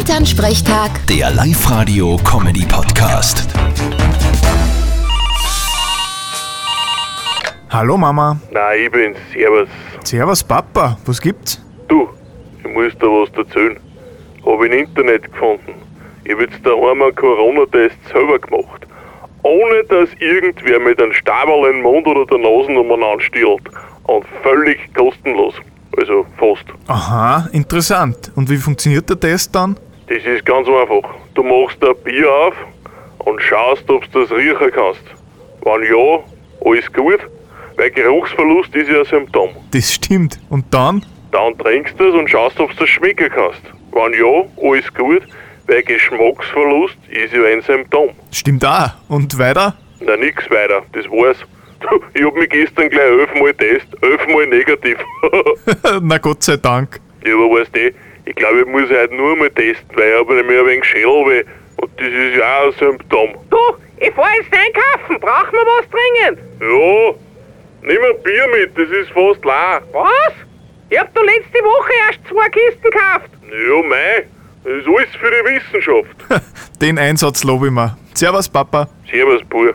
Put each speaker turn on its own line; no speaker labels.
Elternsprechtag,
Der Live-Radio-Comedy-Podcast.
Hallo Mama.
Na, ich bin's, Servus.
Servus Papa, was gibt's?
Du, ich muss dir was erzählen. Hab im Internet gefunden. Ich hab jetzt daheim einen Corona-Test selber gemacht. Ohne dass irgendwer mit einem Stabel in den Mund oder der Nase umeinander stiehlt. Und völlig kostenlos. Also fast.
Aha, interessant. Und wie funktioniert der Test dann?
Das ist ganz einfach. Du machst ein Bier auf und schaust, ob du das riechen kannst. Wenn ja, alles gut. Weil Geruchsverlust ist ja ein Symptom.
Das stimmt. Und dann?
Dann trinkst du es und schaust, ob du es schmecken kannst. Wenn ja, alles gut, weil Geschmacksverlust ist ja ein Symptom.
Stimmt auch. Und weiter?
Na nix weiter, das war's. Du, Ich hab mich gestern gleich elfmal test, elfmal negativ.
Na Gott sei Dank.
ja, aber weißt du, ich glaube, ich muss heute nur mal testen, weil ich habe nämlich ein wenig Schädelweh. Und das ist ja auch ein Symptom.
Du, ich fahr jetzt einkaufen. Brauchen wir was dringend?
Ja, nimm ein Bier mit, das ist fast leer.
Was? Ich hab da letzte Woche erst zwei Kisten gekauft.
Ja, mei, das ist alles für die Wissenschaft.
Den Einsatz lobe ich mir. Servus Papa.
Servus, Bub.